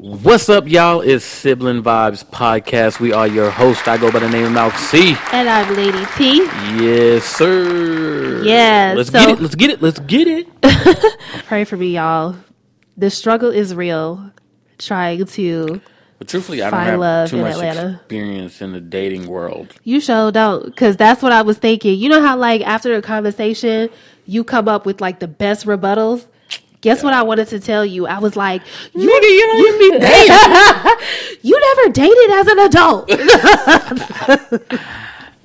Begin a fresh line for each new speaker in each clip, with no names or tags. What's up, y'all? It's Sibling Vibes Podcast. We are your host. I go by the name of Mouth C.
And I'm Lady T.
Yes, sir.
Yeah,
Let's
so-
get it. Let's get it. Let's get it.
Pray for me, y'all. The struggle is real. Trying to.
But truthfully, I don't
Find
have
love
too
in
much
Atlanta.
experience in the dating world.
You sure don't. Because that's what I was thinking. You know how, like, after a conversation, you come up with, like, the best rebuttals? Guess what I wanted to tell you? I was like, you,
Nigga, you don't even be dating.
you never dated as an adult.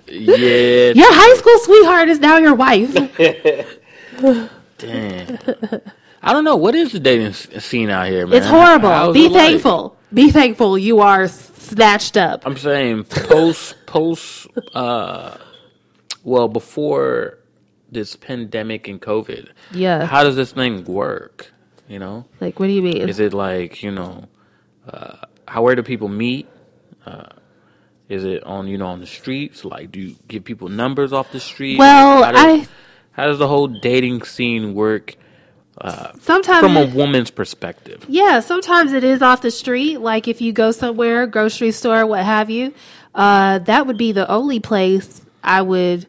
yeah,
Your high school sweetheart is now your wife.
damn. I don't know what is the dating s- scene out here, man.
It's
How's
horrible. Be
it like?
thankful. Be thankful you are snatched up.
I'm saying post post uh well before this pandemic and COVID.
Yeah.
How does this thing work? You know?
Like, what do you mean?
Is it like, you know, uh how where do people meet? Uh is it on you know on the streets? Like do you give people numbers off the street?
Well,
Like, how does,
I-
how does the whole dating scene work
Sometimes
from a woman's perspective?
Yeah, sometimes it is off the street. Like if you go somewhere, grocery store, what have you, uh, that would be the only place I would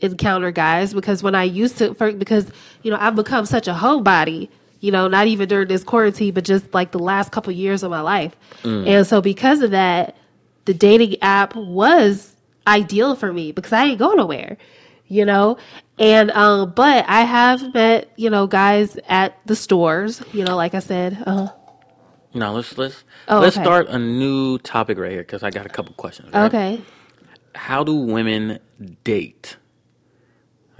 encounter guys because when I used to, for, because you know I've become such a homebody. You know, not even during this quarantine, but just like the last couple years of my life, and so because of that, the dating app was ideal for me because I ain't go nowhere, you know. And um, but I have met you know guys at the stores, you know, like I said. Uh,
No, let's let's
Oh,
let's
okay.
start a new topic right here because I got a couple questions. Right?
okay,
how do women date?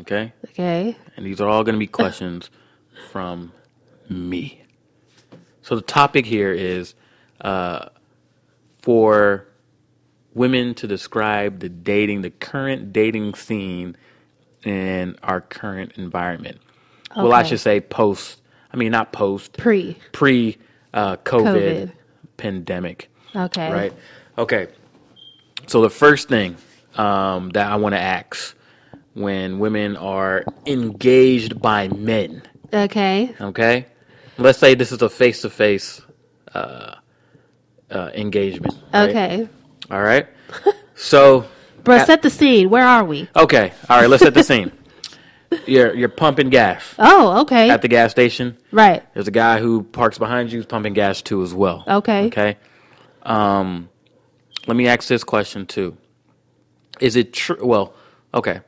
Okay,
okay,
and these are all going to be questions from me. So the topic here is uh, for women to describe the dating, the current dating scene in our current environment. Well, I
Okay.
should say post. I mean, not post
pre,
pre uh, COVID
COVID.
pandemic
okay,
right? Okay. So the first thing um, that I want to ask when women are engaged by men,
okay,
okay? Let's say this is a face-to-face uh, uh, engagement. right?
okay.
All right. So
Bro, set the scene. Where are we?
okay. All right. Let's set the scene. You're you're pumping gas
Oh, okay,
at the gas station.
right.
There's a guy who parks behind you, pumping gas too as well.
Okay.
Okay. Um, let me ask this question too. Is it true? Well, okay.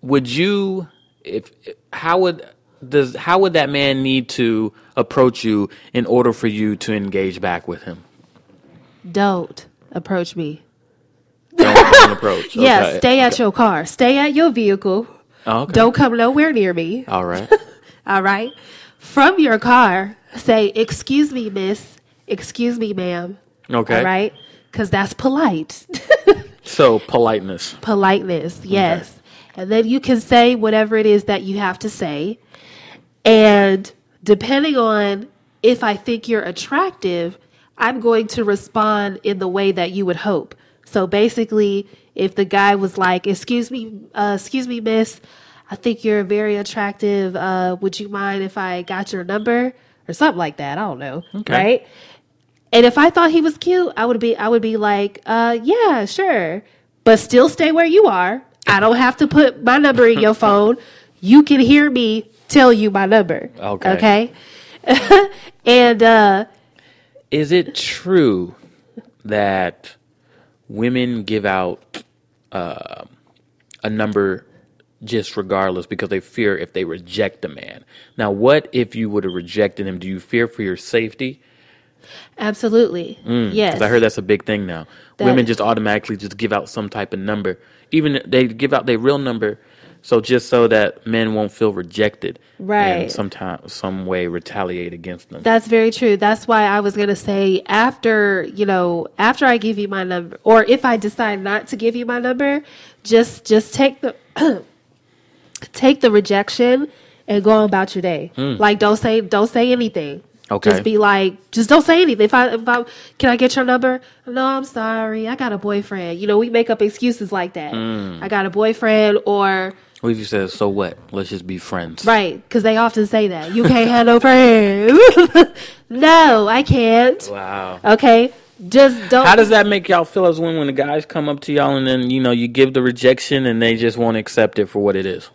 Would you if how would does how would that man need to approach you in order for you to engage back with him?
Don't approach me.
Don't, don't approach.
Yeah,
Okay.
stay at your car. Stay at your vehicle.
Oh, okay.
Don't come nowhere near me.
All right.
All right. From your car, say, "Excuse me, miss. Excuse me, ma'am."
Okay.
All right? Because that's polite.
So politeness.
Politeness, yes. And then you can say whatever it is that you have to say. And depending on if I think you're attractive, I'm going to respond in the way that you would hope. So basically, if the guy was like, "Excuse me, uh, excuse me, miss, I think you're very attractive. Uh, would you mind if I got your number or something like that? I don't know,
Okay.
right?" And if I thought he was cute, I would be I would be like, uh, yeah, sure. But still stay where you are. I don't have to put my number in your phone. You can hear me tell you my number.
Okay.
Okay. and uh
Is it true that women give out uh, a number just regardless because they fear if they reject a man? Now, what if you would have rejected him? Do you fear for your safety?
absolutely. yes.
Because Mm. I heard that's a big thing now.
That-
Women just automatically just give out some type of number, even they give out their real number, so just so that men won't feel rejected,
Right.
And sometimes some way retaliate against them.
That's very true. That's why I was going to say after, you know, after I give you my number or if I decide not to give you my number, just just take the take the rejection and go on about your day. Like don't say don't say anything.
Okay.
Just be like, just don't say anything. If I, if I, can I get your number? No, I'm sorry. I got a boyfriend. You know, we make up excuses like that. I got a boyfriend, or
What if you said, so what? Let's just be friends.
Right, because they often say that. You can't have no friends. no, I can't.
Wow.
Okay, just don't.
How does that make y'all feel as women when the guys come up to y'all and then, you know, you give the rejection and they just won't accept it for what it is?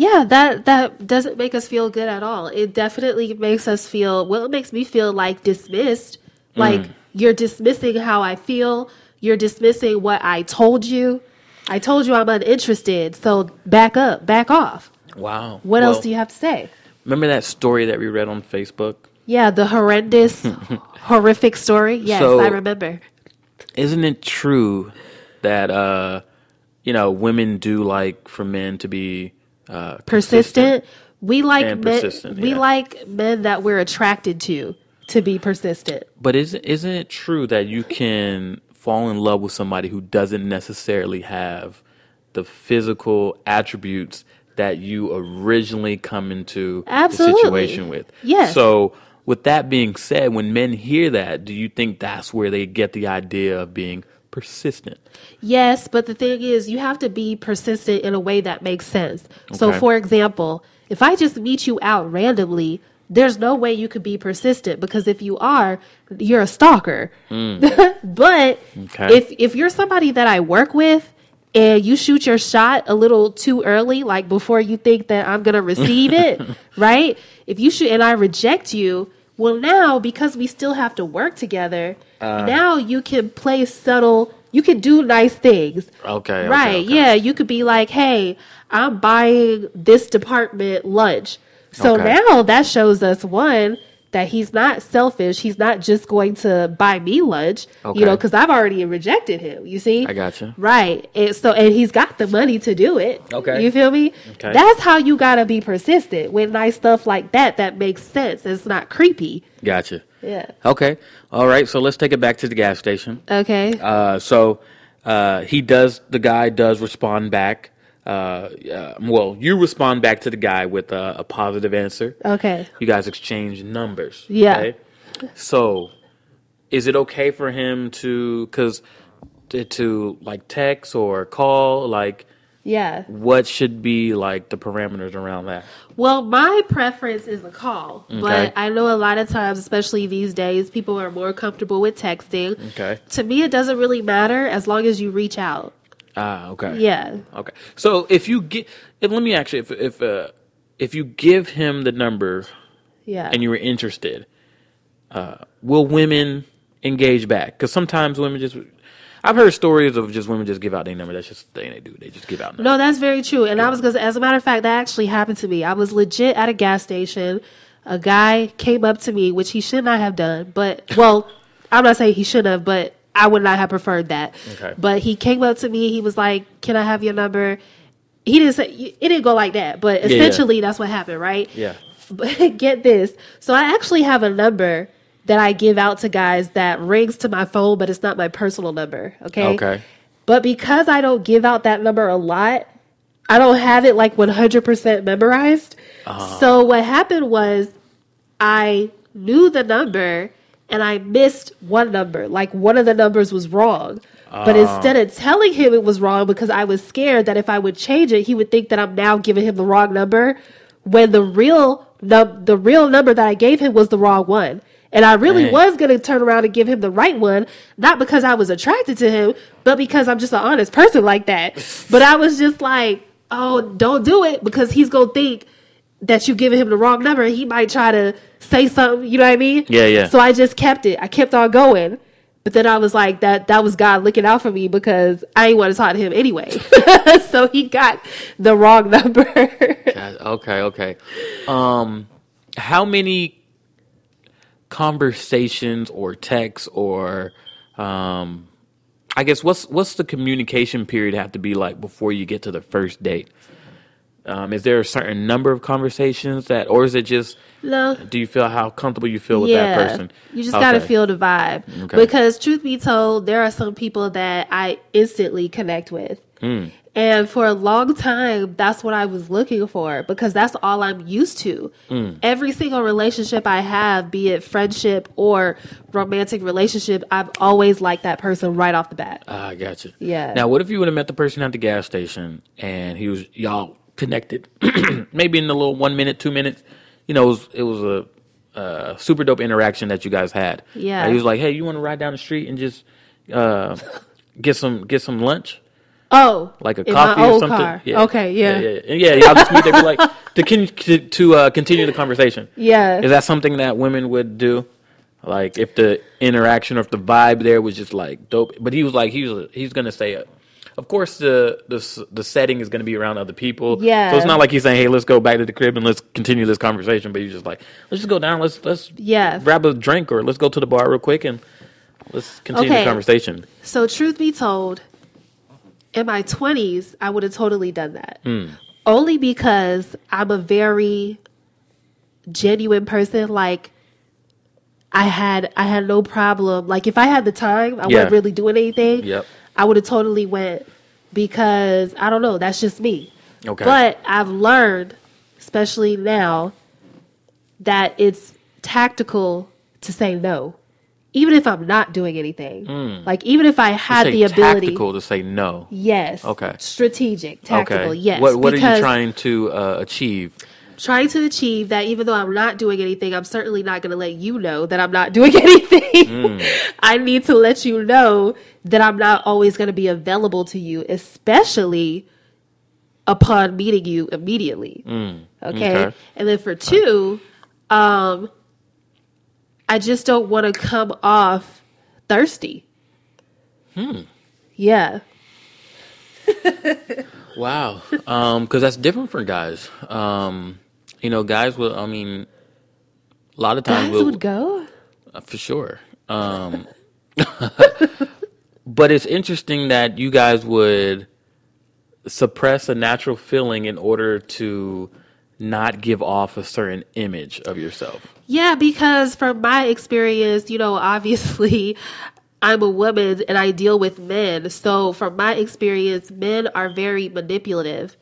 yeah, that that doesn't make us feel good at all. It definitely makes us feel. Well, it makes me feel like
Mm.
dismissed. Like you're dismissing how I feel. You're dismissing what I told you. I told you I'm uninterested. So back up, back off.
Wow.
What else do you have to say?
Remember that story that we read on Facebook?
Yeah, the horrendous, horrific story. Yes,
So-
I remember.
Isn't it true that, uh, you know, women do like for men to be uh,
persistent. We like
And
men,
persistent,
we
yeah.
like men that we're attracted to to be persistent.
But isn't isn't it true that you can fall in love with somebody who doesn't necessarily have the physical attributes that you originally come into
Absolutely.
the situation with?
Yes.
So with that being said, when men hear that, do you think that's where they get the idea of being persistent?
Yes, but the thing is, you have to be persistent in a way that makes sense. So,
Okay.
for example, if I just meet you out randomly, there's no way you could be persistent because if you are, you're a stalker. but
Hmm. Okay.
if if you're somebody that I work with and you shoot your shot a little too early, like before you think that I'm gonna receive it, right? If you shoot and I reject you, well now because we still have to work together, now you can play subtle. You can do nice things.
Okay. okay,
Right.
okay.
Yeah. You could be like, hey, I'm buying this department lunch. So
Okay.
now that shows us one, that he's not selfish. He's not just going to buy me lunch,
Okay.
you know, because I've already rejected him. You see?
I gotcha.
Right. And so, and he's got the money to do it.
Okay.
You feel me?
Okay.
That's how you got to be persistent with nice stuff like that that makes sense. It's not creepy.
Gotcha.
Yeah.
Okay. All right. So let's take it back to the gas station.
Okay.
Uh, so uh, he does. The guy does respond back. Uh, uh, well, you respond back to the guy with a, a positive answer.
okay.
You guys exchange numbers.
Yeah.
So, is it okay for him to because to, to like text or call? Like,
Yeah.
what should be like the parameters around that?
Well, my preference is a call,
Okay.
but I know a lot of times, especially these days, people are more comfortable with texting.
Okay.
To me, it doesn't really matter as long as you reach out.
Ah, okay.
Yeah.
Okay. So if you get, if, let me actually, if if uh, if you give him the number
Yeah.
and you were interested, uh, will women engage back? Because sometimes women just, I've heard stories of just women just give out their number. That's just the thing they do. They just give out numbers.
No, that's very true. And I was going to, as a matter of fact, that actually happened to me. I was legit at a gas station. A guy came up to me, which he should not have done, but, well, I'm not saying he should have, but I would not have preferred that.
Okay.
But he came up to me. He was like, Can I have your number? He didn't say, it didn't go like that, but
yeah.
essentially that's what happened, right?
Yeah.
But get this. So I actually have a number that I give out to guys that rings to my phone, but it's not my personal number. Okay.
Okay.
But because I don't give out that number a lot, I don't have it like 100% memorized. So what happened was I knew the number and I missed one number. Like one of the numbers was wrong. But instead of telling him it was wrong because I was scared that if I would change it, he would think that I'm now giving him the wrong number when the real num- the real number that I gave him was the wrong one. And I really
Dang.
was going to turn around and give him the right one, not because I was attracted to him, but because I'm just an honest person like that. but I was just like, "Oh, don't do it because he's going to think that you giving him the wrong number, he might try to say something. You know what I mean?
Yeah, yeah.
So I just kept it. I kept on going, but then I was like, that that was God looking out for me because I didn't want to talk to him anyway. so he got the wrong number.
That- Okay. Okay. Um, how many conversations or texts or, um, I guess what's what's the communication period have to be like before you get to the first date? Um, is there a certain number of conversations that, or is it just
no,
Do you feel how comfortable you feel with that person?
You just gotta
Okay.
feel the vibe.
Okay.
Because truth be told, there are some people that I instantly connect with.
Hmm.
And for a long time, that's what I was looking for because that's all I'm used to.
Hmm.
Every single relationship I have, be it friendship or romantic relationship, I've always liked that person right off the bat.
Ah, I gotcha.
Yeah.
Now, what if you would have met the person at the gas station and he was y'all connected. Maybe in the little one minute, two minutes, you know, it was, it was a uh, super dope interaction that you guys had.
Yeah.
Uh, he was like, "Hey, you want to ride down the street and just uh, get some get some lunch,
Oh,
like a
in
coffee
my old
or something?"
car. Okay, yeah.
yeah, yeah. And yeah, yeah, I'll just meet there. and be like to con- to, to uh, continue the conversation.
Yeah.
Is that something that women would do? Like if the interaction or if the vibe there was just like dope, but he was like he was he's gonna say it. Of course, the the s- the setting is gonna be around other people.
Yeah.
So it's not like he's saying, "Hey, let's go back to the crib and let's continue this conversation." But he's just like, "Let's just go down. Let's let's
Yeah.
grab a drink or let's go to the bar real quick and let's continue the
Okay.
conversation."
So, truth be told, in my 20s, I would have totally done that.
Hmm.
Only because I'm a very genuine person. Like, I had I had no problem. Like, if I had the time, I
Yeah.
wasn't really doing anything.
Yep.
I would have totally went because I don't know. That's just me.
Okay.
But I've learned, especially now, that it's tactical to say no, even if I'm not doing anything. Like even if I had
Hmm. Say
the ability.
tactical to say no.
Yes.
Okay.
Strategic, tactical. Yes.
What what are
because
you trying to uh, achieve?
Trying to achieve that, even though I'm not doing anything, I'm certainly not going to let you know that I'm not doing anything. I need to let you know that I'm not always going to be available to you, especially upon meeting you immediately. Okay?
okay.
And then for two, um, I just don't want to come off thirsty. Yeah.
Wow. Um, because that's different for guys. Um, you know, guys will. I mean, a lot of times
Guys
will
would go.
uh, for sure. Um, but it's interesting that you guys would suppress a natural feeling in order to not give off a certain image of yourself.
Yeah, because from my experience, you know, obviously I'm a woman and I deal with men. So from my experience, men are very manipulative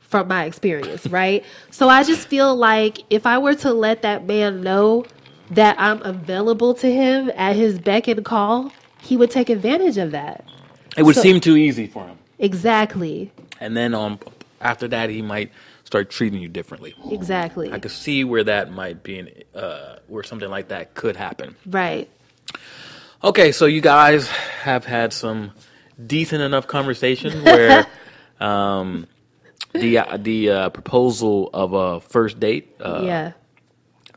from my experience, right? So I just feel like if I were to let that man know that I'm available to him at his beck and call, he would take advantage of that.
It would
So-
seem too easy for him,
Exactly.
and then um, after that, he might start treating you differently.
Exactly.
I could see where that might be, an, uh, where something like that could happen.
Right.
Okay, so you guys have had some decent enough conversation where um, the the uh, proposal of a first date uh,
yeah.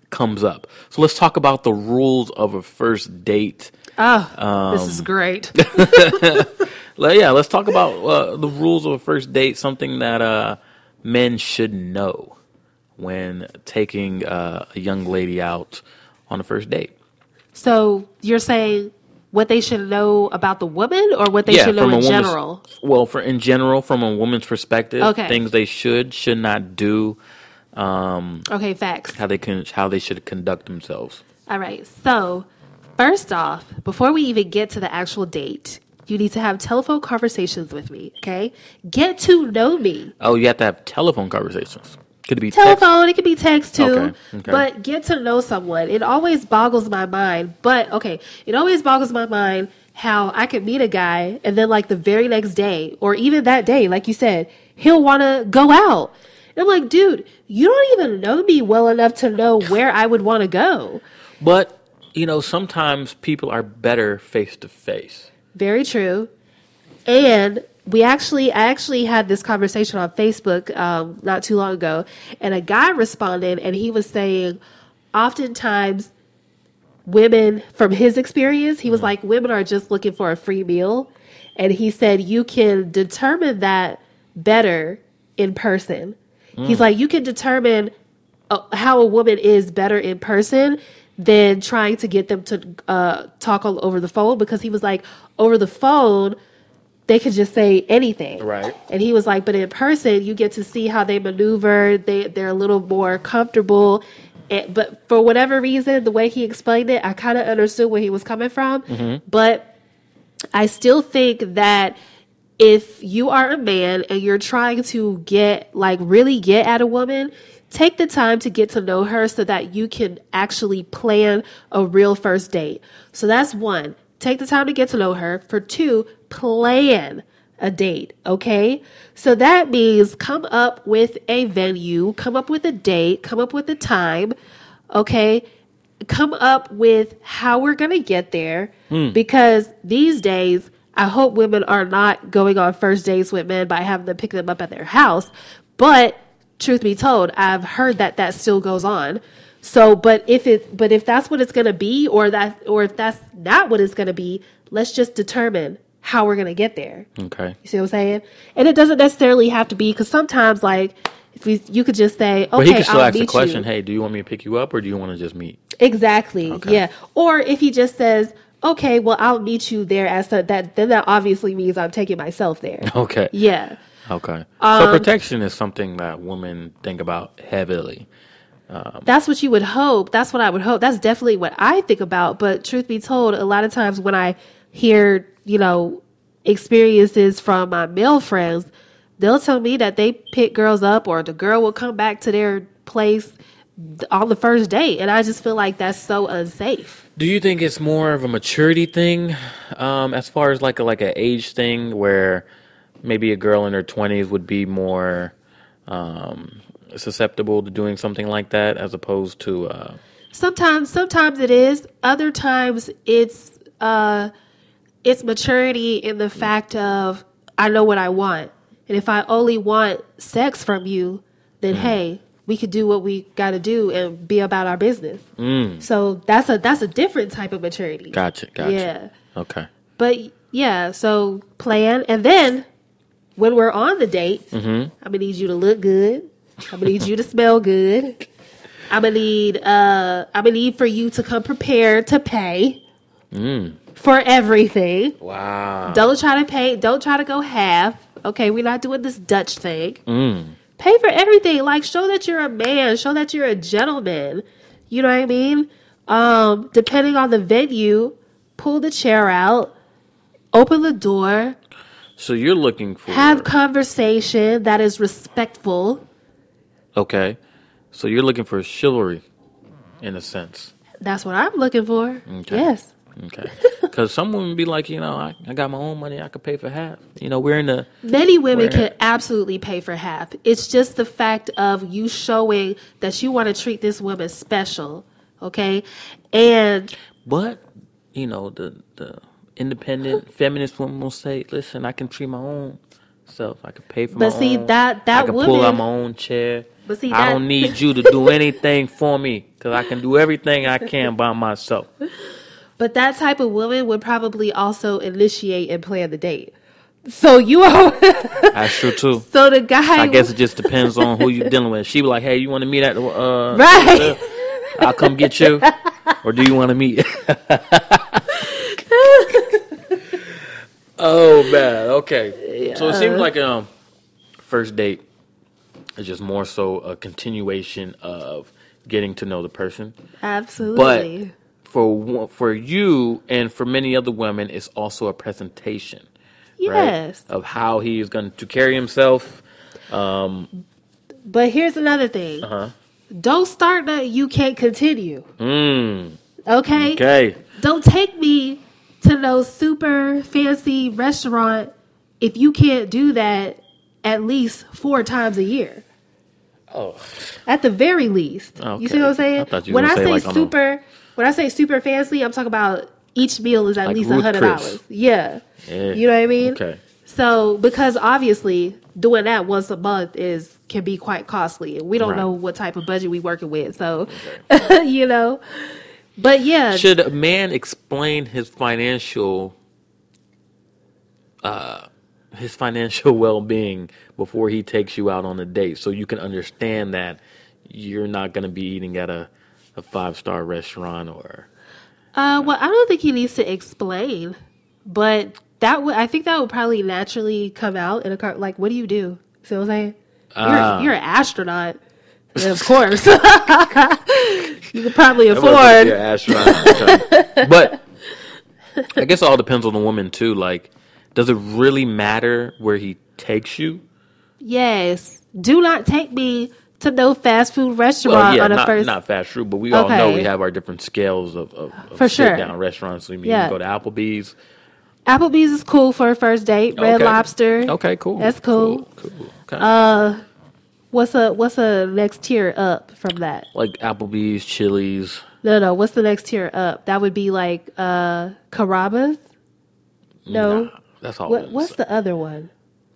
comes up. So let's talk about the rules of a first date.
Oh, this
um,
is great.
Le- yeah, let's talk about uh, the rules of a first date. Something that uh, men should know when taking uh, a young lady out on a first date.
So you're saying what they should know about the woman or what they should know in
woman's-
general?
Well, for in general, from a woman's perspective,
Okay.
things they should should not do,
Okay, facts.
how they can how they should conduct themselves.
All right. So, first off, before we even get to the actual date, you need to have telephone conversations with me, okay? Get to know me.
Oh, you have to have telephone conversations. Could it be text?
Telephone, it could be text too,
Okay, okay.
but get to know someone. It always boggles my mind, but okay, it always boggles my mind how I could meet a guy and then, like, the very next day or even that day, like you said, he'll want to go out. And I'm like, dude, you don't even know me well enough to know where I would want to go.
But you know, sometimes people are better face to face.
Very true. And we actually, I actually had this conversation on Facebook um, not too long ago, and a guy responded, and he was saying, oftentimes, women, from his experience, he was like, women are just looking for a free meal. And he said, you can determine that better in person. He's like, you can determine uh, how a woman is better in person than trying to get them to uh, talk all over the phone because he was like, over the phone, they could just say anything.
Right.
And he was like, but in person, you get to see how they maneuver. They they're a little more comfortable. And, but for whatever reason, the way he explained it, I kind of understood where he was coming from. But I still think that if you are a man and you're trying to get like really get at a woman take the time to get to know her so that you can actually plan a real first date so that's one take the time to get to know her for two plan a date, okay? So that means come up with a venue, come up with a date, come up with a time, okay? Come up with how we're going to get there
Hmm.
because these days, I hope women are not going on first dates with men by having to pick them up at their house. But truth be told, I've heard that that still goes on. So, but if it, but if that's what it's going to be, or that, or if that's not what it's going to be, let's just determine how we're going to get there.
Okay.
You see what I'm saying? And it doesn't necessarily have to be because sometimes, like, if we, you could just say, okay,
But he can still
I'll
ask
meet
the question,
you.
hey, do you want me to pick you up or do you want to just meet?
Exactly. Yeah. Or if he just says, okay, well, I'll meet you there as to that, then that obviously means I'm taking myself there.
Okay.
Yeah. Um,
Okay. so protection is something that women think about heavily.
That's what you would hope. That's what I would hope. That's definitely what I think about. But truth be told, a lot of times when I hear, you know, experiences from my male friends, they'll tell me that they pick girls up or the girl will come back to their place on the first date. And I just feel like that's so unsafe.
Do you think it's more of a maturity thing, um, as far as like a, like an age thing, where maybe a girl in her twenties would be more um, susceptible to doing something like that, as opposed to uh,
sometimes sometimes it is other times it's uh it's maturity in the fact of i know what i want and if i only want sex from you then
Mm.
hey we could do what we got to do and be about our business so that's a that's a different type of maturity
Mm. gotcha, gotcha.
yeah
Okay.
but yeah so plan and then when we're on the date i'm gonna need you to look good i'm gonna need you to smell good i'm gonna need uh i'm gonna need for you to come prepared to pay for everything
Wow.
don't try to pay don't try to go half okay we're not doing this dutch thing
Mm.
pay for everything like show that you're a man show that you're a gentleman you know what i mean um depending on the venue pull the chair out open the door
So you're looking for
have conversation that is respectful
okay. So you're looking for chivalry, in a sense.
that's what i'm looking for
Okay.
yes
Okay. Because some women be like, you know, I, I got my own money, I could pay for half. You know, we're in the
Many women
Where-
can absolutely pay for half. It's just the fact of you showing that you want to treat this woman special, okay? And
But you know, the the independent feminist woman will say, "Listen, I can treat my own self. I can pay for
But
my
see,
own.
that- that
I can pull out
woman-
my own chair.
But see,
I
that-
don't need you to do anything for me because I can do everything I can by myself.
but that type of woman would probably also initiate and plan the date. So you are
That's true too.
so the guy
I guess it just depends on who you're dealing with. She be like, "Hey, you want to meet at the uh,
Right.
I'll come get you, or do you want to meet?" oh man, okay. So it seems like um, first date is just more so a continuation of getting to know the person, but
absolutely
for wo- for you and for many other women, it's also a presentation right?
yes.
Of how he is going to carry himself. Um,
But here's another thing.
Uh-huh.
Don't start that you can't continue.
mm,
Okay?
okay.
Don't take me to no super fancy restaurant if you can't do that at least four times a year.
Oh,
At the very least.
Okay.
You see what I'm saying?
I thought you were
when I
gonna
say,
say, like, I'm a-
super when I say super fancy, I'm talking about each meal is at
Like
least
Ruth
least hundred
Chris.
dollars. Yeah.
Yeah.
You know what I mean?
Okay.
So because obviously doing that once a month is can be quite costly and we don't
Right.
know what type of budget we working with. So you know. But yeah,
Should a man explain his financial, uh, his financial well-being before he takes you out on a date, so you can understand that you're not going to be eating at a, a five-star restaurant or
Uh, well, I don't think he needs to explain, but that would I think that would probably naturally come out in a car. Like, what do you do? See what I'm saying? You're,
Ah.
you're an astronaut, Yeah, of course. you could probably
Well,
afford.
yeah, astronaut. Okay. but I guess it all depends on the woman too. Like, does it really matter where he takes you?
Yes, do not take me to no fast food restaurant
Well, Oh, yeah,
on a
not,
first.
not fast food, but we all know
Okay.
we have our different scales of, of, of
For
sit
sure.
down restaurants. So you mean
Yeah.
you can go to Applebee's,
Applebee's is cool for a first date. Red
Okay.
Lobster.
Okay, cool.
That's cool. Uh,
Cool. cool. Okay.
What's a what's a next tier up from that?
like Applebee's, Chili's.
No, no. What's the next tier up? That would be like uh Carrabba's. No.
Nah, that's all.
What, what's the other one?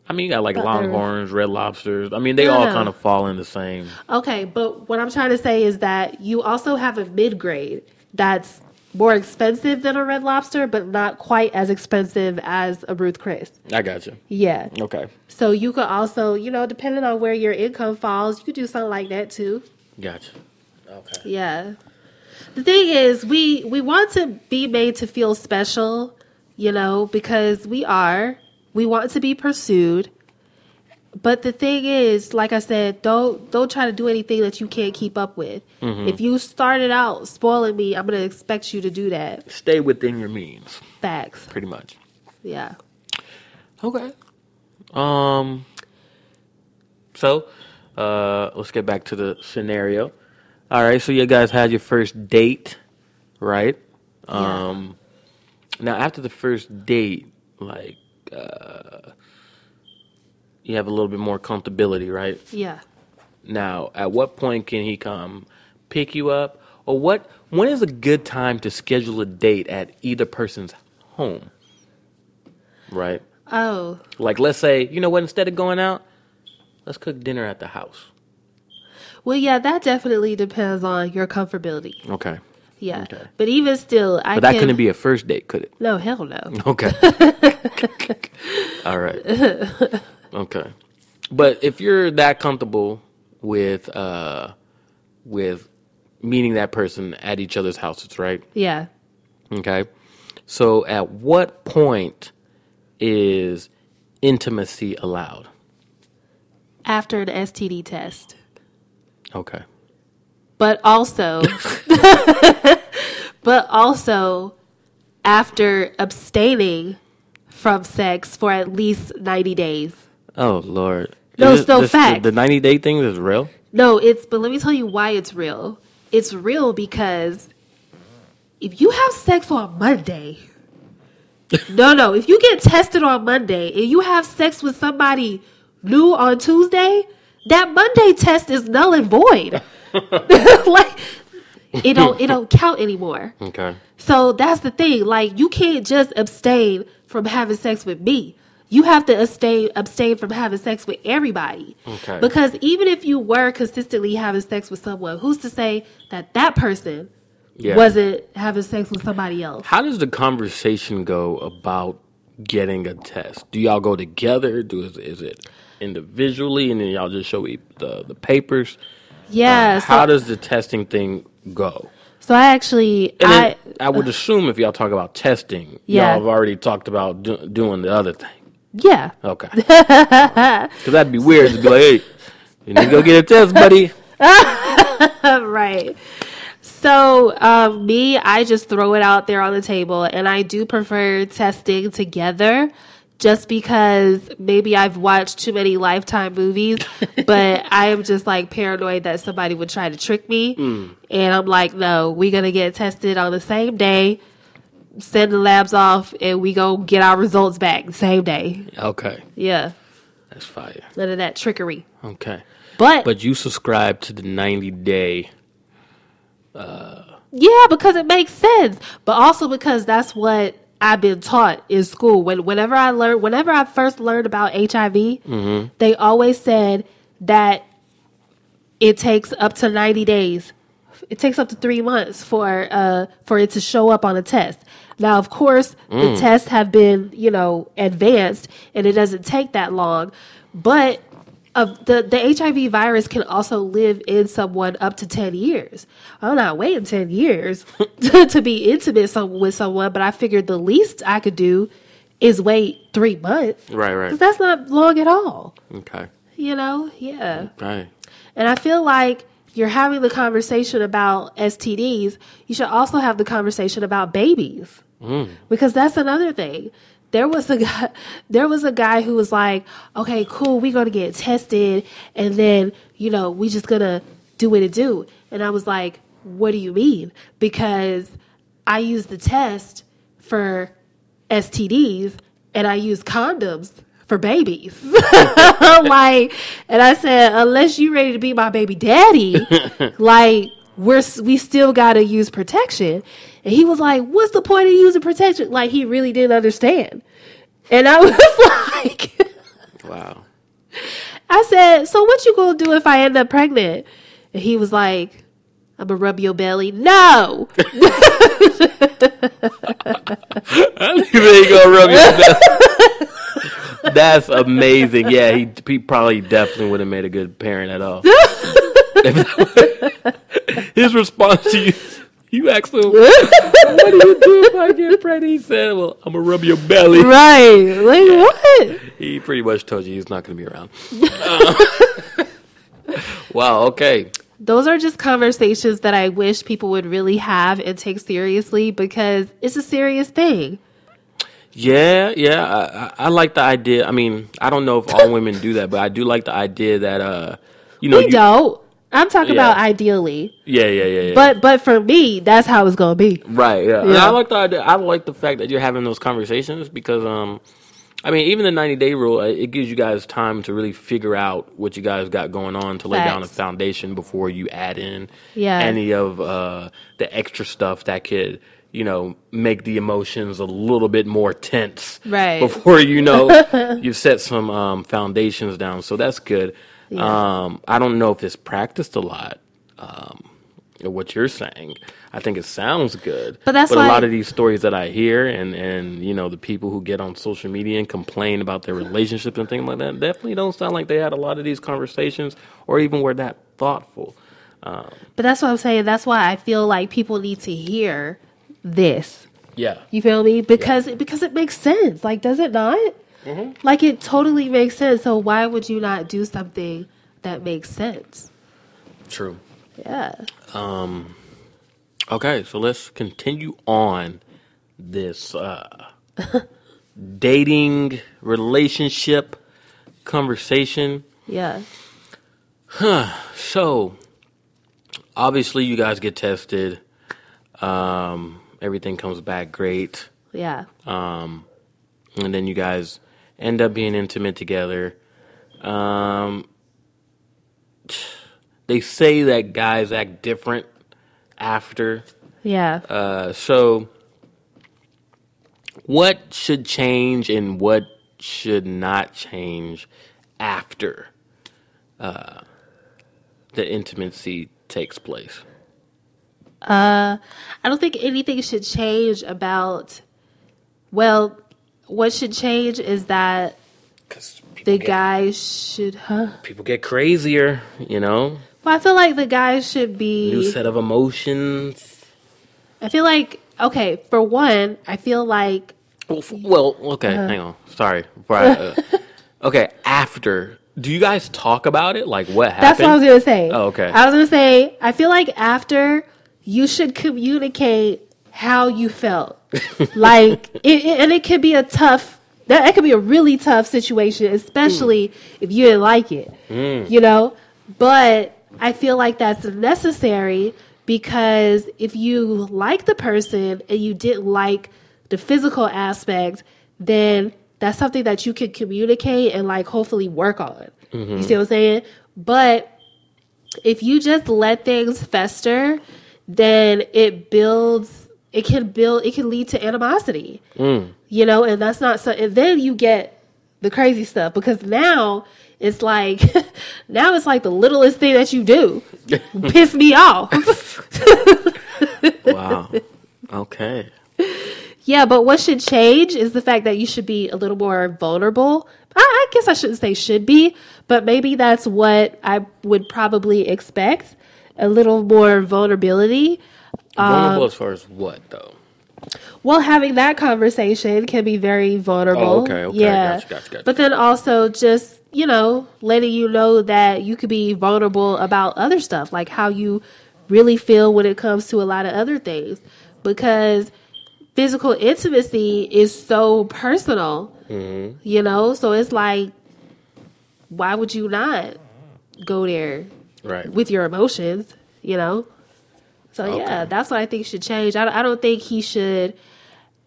I mean, you got like
the other-
Longhorns, Red Lobsters. I mean, they
No,
all
no.
kind of fall in the same.
Okay, but what I'm trying to say is that you also have a mid grade that's more expensive than a Red Lobster, but not quite as expensive as a Ruth Chris.
I got you.
Yeah.
Okay,
So you could also, you know, depending on where your income falls, you could do something like that too.
gotcha. Okay.
Yeah. The thing is, we we want to be made to feel special, you know, because we are. We want to be pursued. But the thing is, like I said, don't don't try to do anything that you can't keep up with.
Mm-hmm.
If you started out spoiling me, I'm going to expect you to do that.
Stay within your means,
Facts.
pretty much.
Yeah.
Okay. Um. So, uh, let's get back to the scenario. All right. So you guys had your first date, right?
Yeah.
Um. Now after the first date, like, uh, you have a little bit more comfortability, right?
Yeah.
Now, at what point can he come pick you up, or what? When is a good time to schedule a date at either person's home? Right.
Oh.
Like, let's say, you know what, instead of going out, let's cook dinner at the house.
Well, yeah, that definitely depends on your comfortability.
Okay.
Yeah.
Okay.
But even still, I
But that
can-
couldn't be Mm. a first date, could it?
No, hell no.
Okay. All right. Okay. But if you're that comfortable with uh with meeting that person at each other's houses, right?
Yeah.
Okay. So at what point is intimacy allowed?
after an STD test.
Okay.
But also, but also after abstaining from sex for at least 90 days.
Oh Lord.
No,
Is
it's no
this-
facts.
The ninety day thing is real?
No, it's, but let me tell you why it's real. It's real because if you have sex on Monday, no, no, if you get tested on Monday and you have sex with somebody new on Tuesday, that Monday test is null and void. like, it don't, it don't count anymore.
Okay.
So that's the thing. Like you can't just abstain from having sex with me. You have to abstain abstain from having sex with everybody.
Okay.
Because even if you were consistently having sex with someone, who's to say that that person
Yeah.
wasn't having sex with somebody else?
How does the conversation go about getting a test? Do y'all go together? Do is, is it individually, and then y'all just show e- the the papers?
Yeah. so,
Uh, How does the testing thing go?
so I actually
And
I
then I, would assume if y'all talk about testing,
Yeah.
y'all have already talked about do, doing the other thing.
yeah.
Okay, because that'd be weird to be like, hey, you need to go get a test, buddy.
right. So, um, me, I just throw it out there on the table, and I do prefer testing together just because maybe I've watched too many Lifetime movies, but I am just like paranoid that somebody would try to trick me. And I'm like, no, we're going to get tested on the same day, send the labs off, and we go get our results back the same day.
Okay,
Yeah,
that's fire.
none of that trickery.
Okay,
But,
but you subscribe to the ninety day.
Yeah, because it makes sense, but also because that's what I've been taught in school. When whenever I learned, whenever I first learned about HIV, they always said that it takes up to ninety days. It takes up to three months for uh for it to show up on a test. Now, of course,
Mm.
the tests have been you know advanced, and it doesn't take that long, but. Of the, the HIV virus can also live in someone up to 10 years. I'm not waiting 10 years to, to be intimate some, with someone, but I figured the least I could do is wait three months.
Right, right.
'Cause that's not long at all.
Okay,
You know, yeah.
right.
And I feel like you're having the conversation about STDs. You should also have the conversation about babies because that's another thing. There was a guy, there was a guy who was like, "Okay, cool, we're gonna get tested, and then you know we just gonna do what it do." And I was like, "What do you mean?" Because I used the test for STDs and I use condoms for babies. like, and I said, unless you ready to be my baby daddy, like we're s- we still got to use protection. And he was like, "What's the point of using protection?" Like he really didn't understand. And I was like.
Wow.
I said, "So what you gonna do if I end up pregnant?" And he was like, "I'm gonna rub your belly." No,
They gonna rub your belly. That's amazing. Yeah, he, he probably definitely wouldn't have made a good parent at all. His response to you, you asked him, "What do you do if I get pregnant?" He said, "Well, I'm gonna rub your belly."
right? Like what?
He pretty much told you he's not gonna be around. Uh, wow. Okay.
Those are just conversations that I wish people would really have and take seriously because it's a serious thing.
Yeah, yeah. I, I, I like the idea. I mean, I don't know if all women do that, but I do like the idea that uh, you know,
We
you,
don't. I'm talking
Yeah.
about ideally,
yeah, yeah, yeah, yeah.
but but for me, that's how it's gonna be.
right, yeah. And
Yeah.
I like the idea. I like the fact that you're having those conversations because um, I mean, even the 90 day rule, it it gives you guys time to really figure out what you guys got going on to lay down a
Facts.
foundation before you add in
Yeah.
any of uh, the extra stuff that could, you know, make the emotions a little bit more tense.
Right.
Before you know, you've set some um, foundations down. So that's good. Um, I don't know if it's practiced a lot. Um, what you're saying, I think it sounds good.
But that's
but a
why-
lot of these stories that I hear and and you know the people who get on social media and complain about their relationships and things like that definitely don't sound like they had a lot of these conversations or even were that thoughtful.
But that's what I'm saying. That's why I feel like people need to hear this.
Yeah.
You feel me? Because because it makes sense. Like, does it not?
Mm-hmm.
Like, it totally makes sense. So why would you not do something that makes sense?
True.
Yeah.
Okay, so let's continue on this uh, dating relationship conversation.
Yeah.
So, obviously, you guys get tested. Um, everything comes back great.
Yeah.
and then you guys end up being intimate together. Um, they say that guys act different after.
yeah.
Uh, so, what should change and what should not change after uh, the intimacy takes place?
I don't think anything should change about, well, what should change is that
Because
the guy should, huh?
people get crazier, you know,
Well, I feel like the guy should be.
new set of emotions.
I feel like, okay, for one, I feel like
Well, f- well okay,
Uh-huh.
hang on. Sorry. Before I, uh, okay, after, do you guys talk about it? Like what happened?
That's what I was gonna say.
Oh, okay.
I was gonna say I feel like after you should communicate how you felt, like it, it- and it could be a tough that it could be a really tough situation, especially
Hmm.
if you didn't like it, you know. But I feel like that's necessary because if you like the person and you didn't like the physical aspect, then that's something that you could communicate and like hopefully work on.
Mm-hmm.
You see what I'm saying? But if you just let things fester, then it builds. It can build. It can lead to animosity. You know, and that's not so. And then you get the crazy stuff because now it's like now it's like the littlest thing that you do piss me off.
wow. Okay.
Yeah, but what should change is the fact that you should be a little more vulnerable. I, I guess I shouldn't say should be, but maybe that's what I would probably expect a little more vulnerability. Um,
Vulnerable as far as what though?
Well, having that conversation can be very vulnerable.
Oh, okay, okay,
yeah.
gotcha, gotcha, gotcha.
But then also just, you know, letting you know that you could be vulnerable about other stuff, like how you really feel when it comes to a lot of other things. Because physical intimacy is so personal,
Mm-hmm.
you know? So it's like, why would you not go there
Right.
with your emotions, you know? So, yeah,
Okay.
that's what I think should change. I, I don't think he should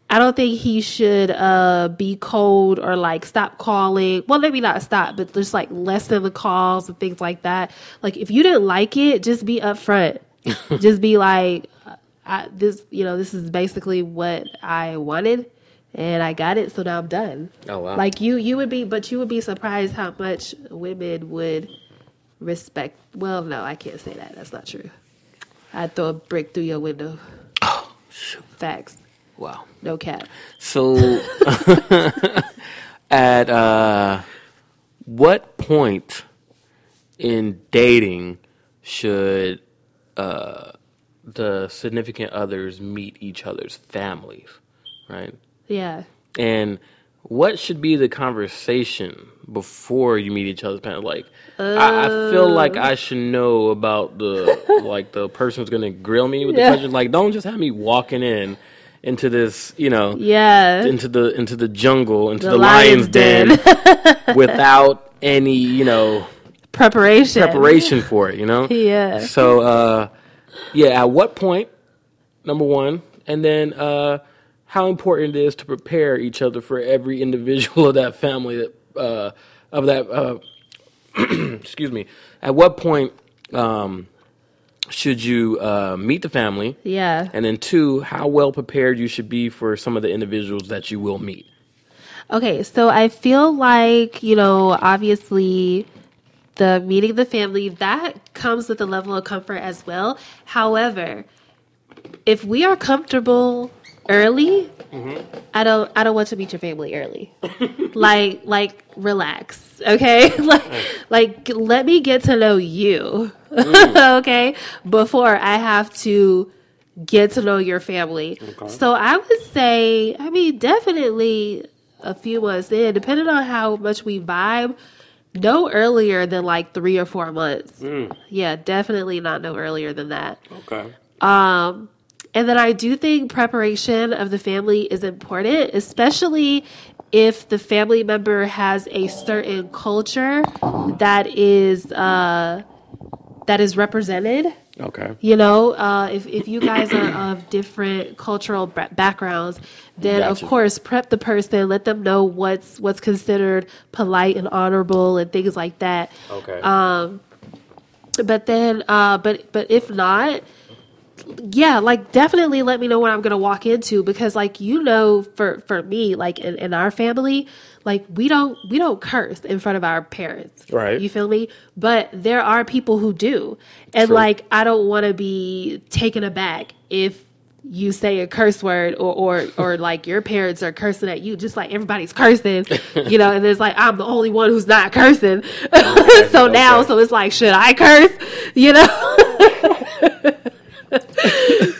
I don't think he should uh, be cold or like stop calling. Well, maybe not stop, but just like lessen the calls and things like that. Like if you didn't like it, just be upfront. just be like, I, this, you know, this is basically what I wanted, and I got it, so now I'm done.
Oh, wow.
Like you, you would be, but you would be surprised how much women would respect. Well, no, I can't say that. That's not true. I'd throw a brick through your window. Facts.
Wow.
No cap.
So, at uh, what point in dating should uh, the significant others meet each other's families, right?
Yeah.
And what should be the conversation before you meet each other's parents? Like, I, I feel like I should know about the like the person who's gonna grill me with
Yeah.
the question. Like, don't just have me walking in into this, you know,
Yeah.
into the into the jungle, into
The
the,
lion's
lion's, den, without any, you know,
Preparation.
preparation for it, you know?
Yeah.
So uh yeah, at what point, number one, and then uh how important it is to prepare each other for every individual of that family that uh of that uh excuse me. At what point um should you uh meet the family?
Yeah.
And then two, how well prepared you should be for some of the individuals that you will meet.
Okay, so I feel like, you know, obviously the meeting the family that comes with a level of comfort as well. However, if we are comfortable early, I don't I don't want to meet your family early. like like relax, okay? like like let me get to know you. okay? Before I have to get to know your family. So I would say, I mean, definitely a few months in, depending on how much we vibe, no earlier than like three or four months. Yeah, definitely not no earlier than that.
Okay.
Um, and then I do think preparation of the family is important, especially if the family member has a certain culture that is uh, that is represented.
Okay.
You know, uh, if if you guys are of different cultural ba- backgrounds, then
Gotcha.
of course prep the person, let them know what's what's considered polite and honorable and things like that
Okay.
Um, but then uh but but if not yeah like definitely let me know what i'm gonna walk into because like you know for for me like in, in our family like we don't we don't curse in front of our parents
Right.
you feel me but there are people who do and
True.
like i don't want to be taken aback if you say a curse word or, or or like your parents are cursing at you just like everybody's cursing you know and it's like i'm the only one who's not cursing so now
okay.
so it's like should i curse you know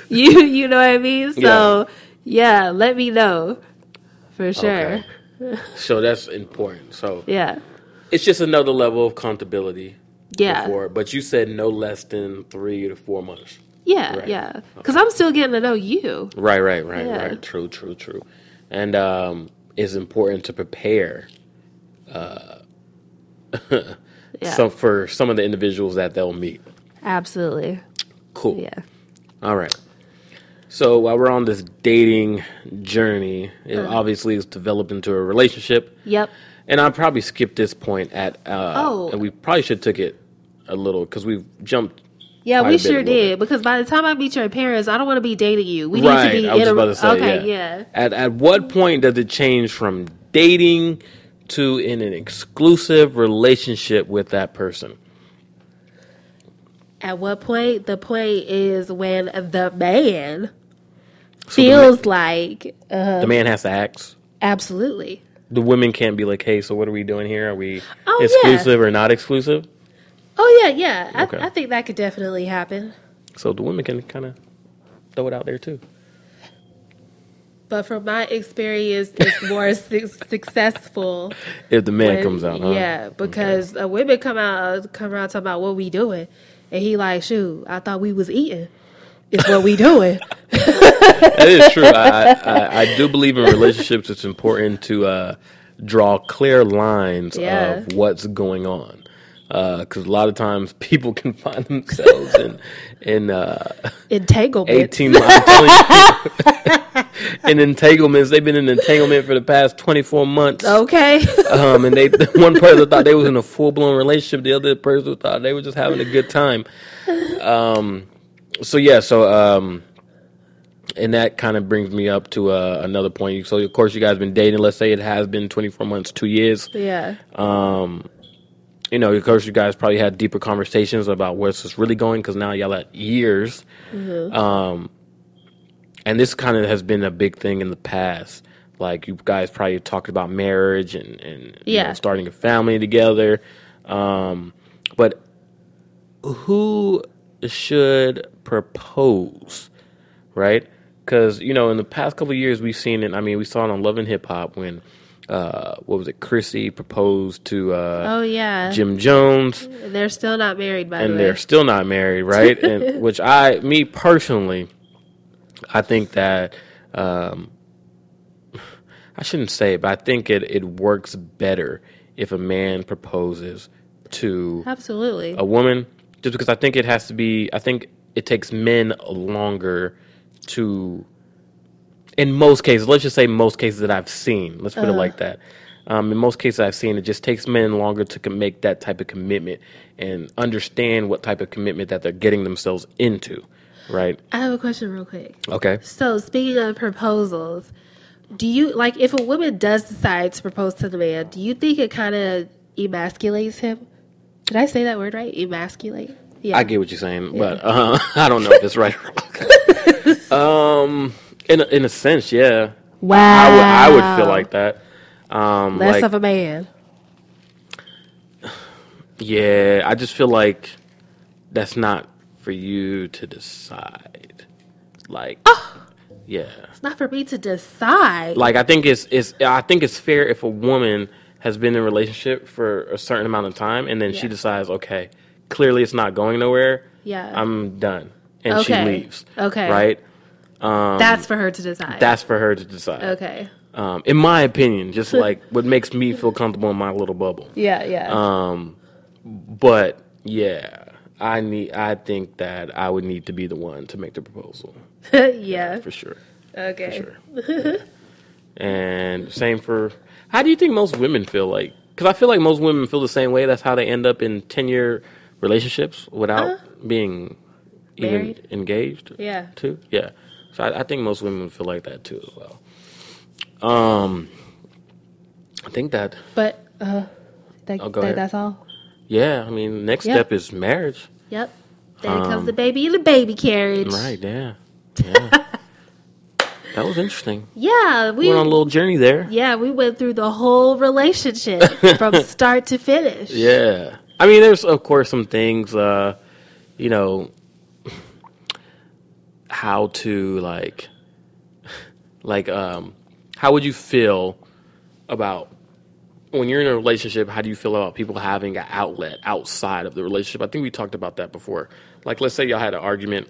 you you know what i mean so yeah, let me know for sure
Okay. so that's important. So
yeah
it's just another level of comfortability
yeah
before, but you said no less than three to four months.
yeah
Right.
yeah because i'm still getting to know you
Right, right, right,
Yeah.
right. True, true, true. And um, it's important to prepare
yeah
some for some of the individuals that they'll meet.
absolutely
Cool.
yeah
All right. So while we're on this dating journey, it
Uh-huh.
obviously is developed into a relationship.
yep
And I probably skipped this point at, uh,
Oh.
and we probably should took it a little because we've jumped.
yeah,
Quite
we
a bit
sure
of women.
did because by the time I meet your parents, I don't want to be dating you. We
right,
need to be
I was
in
just
a
about to say.
okay,
yeah.
yeah.
At at what point does it change from dating to in an exclusive relationship with that person?
At what point? The point is when the man
So the ma-
feels like uh,
the man has to ask.
absolutely.
The women can't be like, "Hey, so what are we doing here? Are we
Oh, yeah.
exclusive or not exclusive?"
Oh yeah, yeah. I,
Okay.
I think that could definitely happen.
So the women can kind of throw it out there too.
But from my experience, it's more su- successful.
If the man
when-
comes out, huh?
Yeah, because uh, women come out come around talking about what we doing, and he like, shoot, I thought we was eating. It's what we doing.
that is true. I, I, I, I do believe in relationships. It's important to uh, draw clear lines
Yeah.
of what's going on, because a lot of times people can find themselves in in uh,
Entanglement.
eighteen. I'm telling you, in entanglements. They've been in entanglement for the past 24 months.
Okay.
Um, and they one person thought they was in a full blown relationship. The other person thought they were just having a good time. Um, so yeah, so um, and that kind of brings me up to uh, another point. So of course, you guys been dating. Let's say it has been 24 months, two years.
yeah.
Um, you know, of course, you guys probably had deeper conversations about where's this really going because now y'all at years. Um, and this kind of has been a big thing in the past. Like you guys probably talked about marriage and and you know,
Yeah.
starting a family together. Um, but who should propose, right? Because you know, in the past couple of years, we've seen it. I mean, we saw it on Love and Hip Hop when uh, what was it? Chrissy proposed to uh,
Oh yeah.
Jim Jones
They're still not married by the
and
way.
they're still not married, right? and which I, me personally, I think that um, I shouldn't say it, but I think it it works better if a man proposes to
Absolutely.
a woman, just because I think it has to be. I think it takes men longer to. In most cases, let's just say most cases that I've seen. Let's put it like that. Um, in most cases I've seen, it just takes men longer to com- make that type of commitment and understand what type of commitment that they're getting themselves into, right?
I have a question real quick.
Okay.
So speaking of proposals, do you like if a woman does decide to propose to the man, do you think it kind of emasculates him? Did I say that word right? Emasculate? Yeah.
I get what you're saying, but uh, I don't know if it's right. or wrong. um, in a, in a sense, yeah,
wow.
I would I would feel like that. Um,
less
like-
of a man.
Yeah, I just feel like that's not for you to decide. Like,
Oh.
yeah,
It's not for me to decide.
like I think it's it's I think it's fair if a woman has been in a relationship for a certain amount of time and then she
Yeah.
decides, okay, clearly it's not going nowhere.
Yeah.
I'm done, and she
Okay.
leaves.
Okay.
right?
that's for her to decide.
um, That's for her to decide.
okay.
Um, in my opinion, just like what makes me feel comfortable in my little bubble.
Yeah, yeah.
Um, but yeah, I need. I think that I would need to be the one to make the proposal
yeah.
for sure.
Okay.
Sure. Yeah. And same for. How do you think most women feel like? Because I feel like most women feel the same way. That's how they end up in ten-year relationships without being even
Uh-huh. Married?
engaged.
Yeah.
Too. Yeah. So I, I think most women feel like that too as well. Um, I think that
But uh, that,
Oh, go
that-
ahead.
that's all.
yeah. I mean, next
Yeah.
step is marriage.
Yep. Then comes the baby in the baby carriage.
Right, yeah. Yeah. that was interesting.
Yeah, we
Went on a little journey there.
yeah we went through the whole relationship from start to finish.
Yeah. I mean, there's, of course, some things, uh, you know, how to, like, like, um, how would you feel about when you're in a relationship? How do you feel about people having an outlet outside of the relationship? I think we talked about that before. Like, let's say y'all had an argument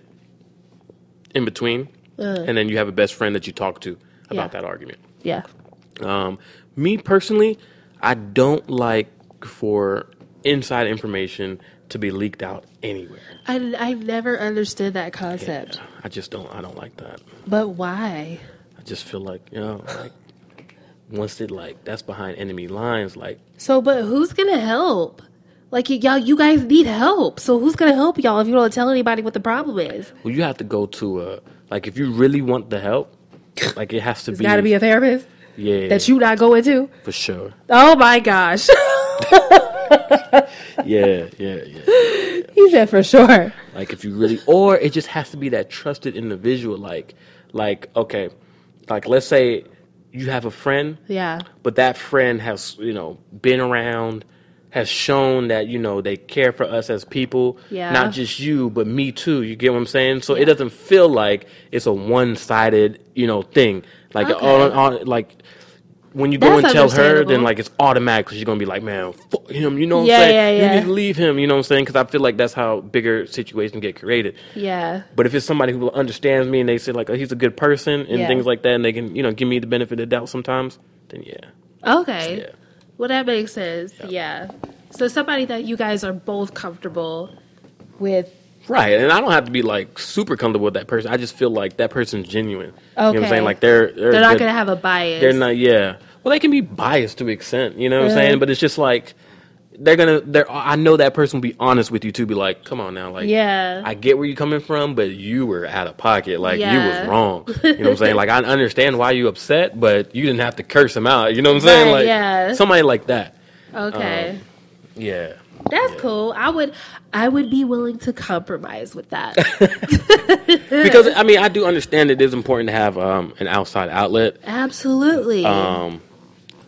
in between, and then you have a best friend that you talk to about
Yeah.
that argument.
Yeah.
Um, me personally, I don't like for inside information to be leaked out anywhere.
I I never understood that concept.
I just don't. I don't like that.
But why?
I just feel like you know, like once it like that's behind enemy lines. Like
So, but who's gonna help? Like y- y'all, you guys need help. So who's gonna help y'all if you don't tell anybody what the problem is?
well, you have to go to a like if you really want the help, like it has to
It's gotta be a therapist
yeah
that you not going to.
for sure.
Oh my gosh,
Yeah, yeah, yeah.
he said for sure.
Like if you really, or it just has to be that trusted individual. Like, like okay, like let's say you have a friend,
Yeah.
but that friend has you know been around, has shown that you know they care for us as people,
Yeah.
not just you, but me too. You get what I'm saying? So it doesn't feel like it's a one sided you know thing. Like
Okay.
all, all like. When you go
That's
and tell her, then
understandable.
like it's automatic. She's gonna be like, "Man, fuck him." You know what
Yeah,
I'm saying?
yeah,
You
yeah.
need to leave him. You know what I'm saying? Because I feel like that's how bigger situations get created.
Yeah.
But if it's somebody who understands me and they say like, oh, he's a good person and
Yeah.
things like that, and they can you know give me the benefit of the doubt sometimes, then yeah,
Okay.
yeah,
Well, that makes sense. Yeah. So somebody that you guys are both comfortable with
Right, and I don't have to be like super comfortable with that person. I just feel like that person's genuine. You know what I'm
Okay.
saying? Like they're they're,
They're not
good-
going to have a bias.
They're not. Yeah. Well, they can be biased to an extent. You know what I'm
Right.
saying? But it's just like they're gonna. They're. I know that person will be honest with you too. Be like, come on now, like.
Yeah.
I get where you're coming from, but you were out of pocket. Like you
Yeah.
was wrong. You know what I'm saying? Like I understand why you upset, but you didn't have to curse him out. You know what I'm saying?
Right,
Like
yeah.
somebody like that.
okay.
Um, Yeah.
That's cool. I would I would be willing to compromise with that.
Because I mean, I do understand it is important to have um, an outside outlet,
Absolutely.
um,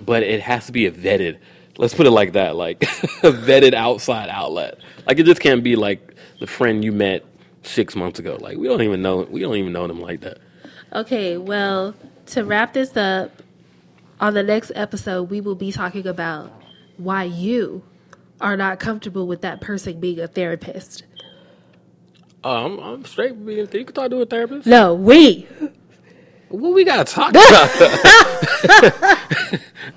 but it has to be a vetted. Let's put it like that, like a vetted outside outlet. Like it just can't be like the friend you met six months ago. Like we don't even know. We don't even know them like that.
okay, well, to wrap this up, on the next episode we will be talking about why you are not comfortable with that person being a therapist.
Um, I'm straight. being- You could talk to a therapist.
No, we.
What we gotta talk about? like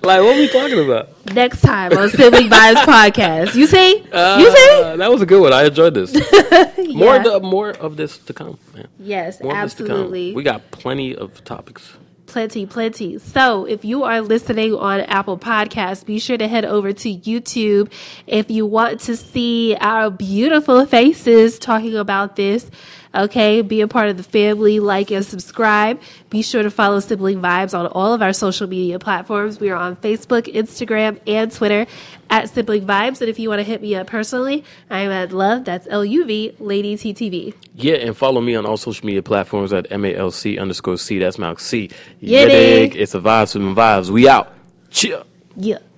what we talking about?
Next time on Sibling Bias Podcast. You see? you see?
Uh, that was a good one. I enjoyed this. More
Yeah.
of the, more of this to come, man.
Yes,
More of this to
absolutely.
come. We got plenty of topics.
Plenty, plenty. So, if you are listening on Apple Podcasts, be sure to head over to YouTube if you want to see our beautiful faces talking about this. Okay, be a part of the family, like and subscribe. Be sure to follow Sibling Vibes on all of our social media platforms. We are on Facebook, Instagram, and Twitter at Sibling Vibes. And if you want to hit me up personally, I am at Love, that's L U V, Lady TTV.
Yeah, and follow me on all social media platforms at MALC underscore C. That's Mal C.
Yeah, dig.
It's a Vibes from Vibes. We out. Chill.
Yeah.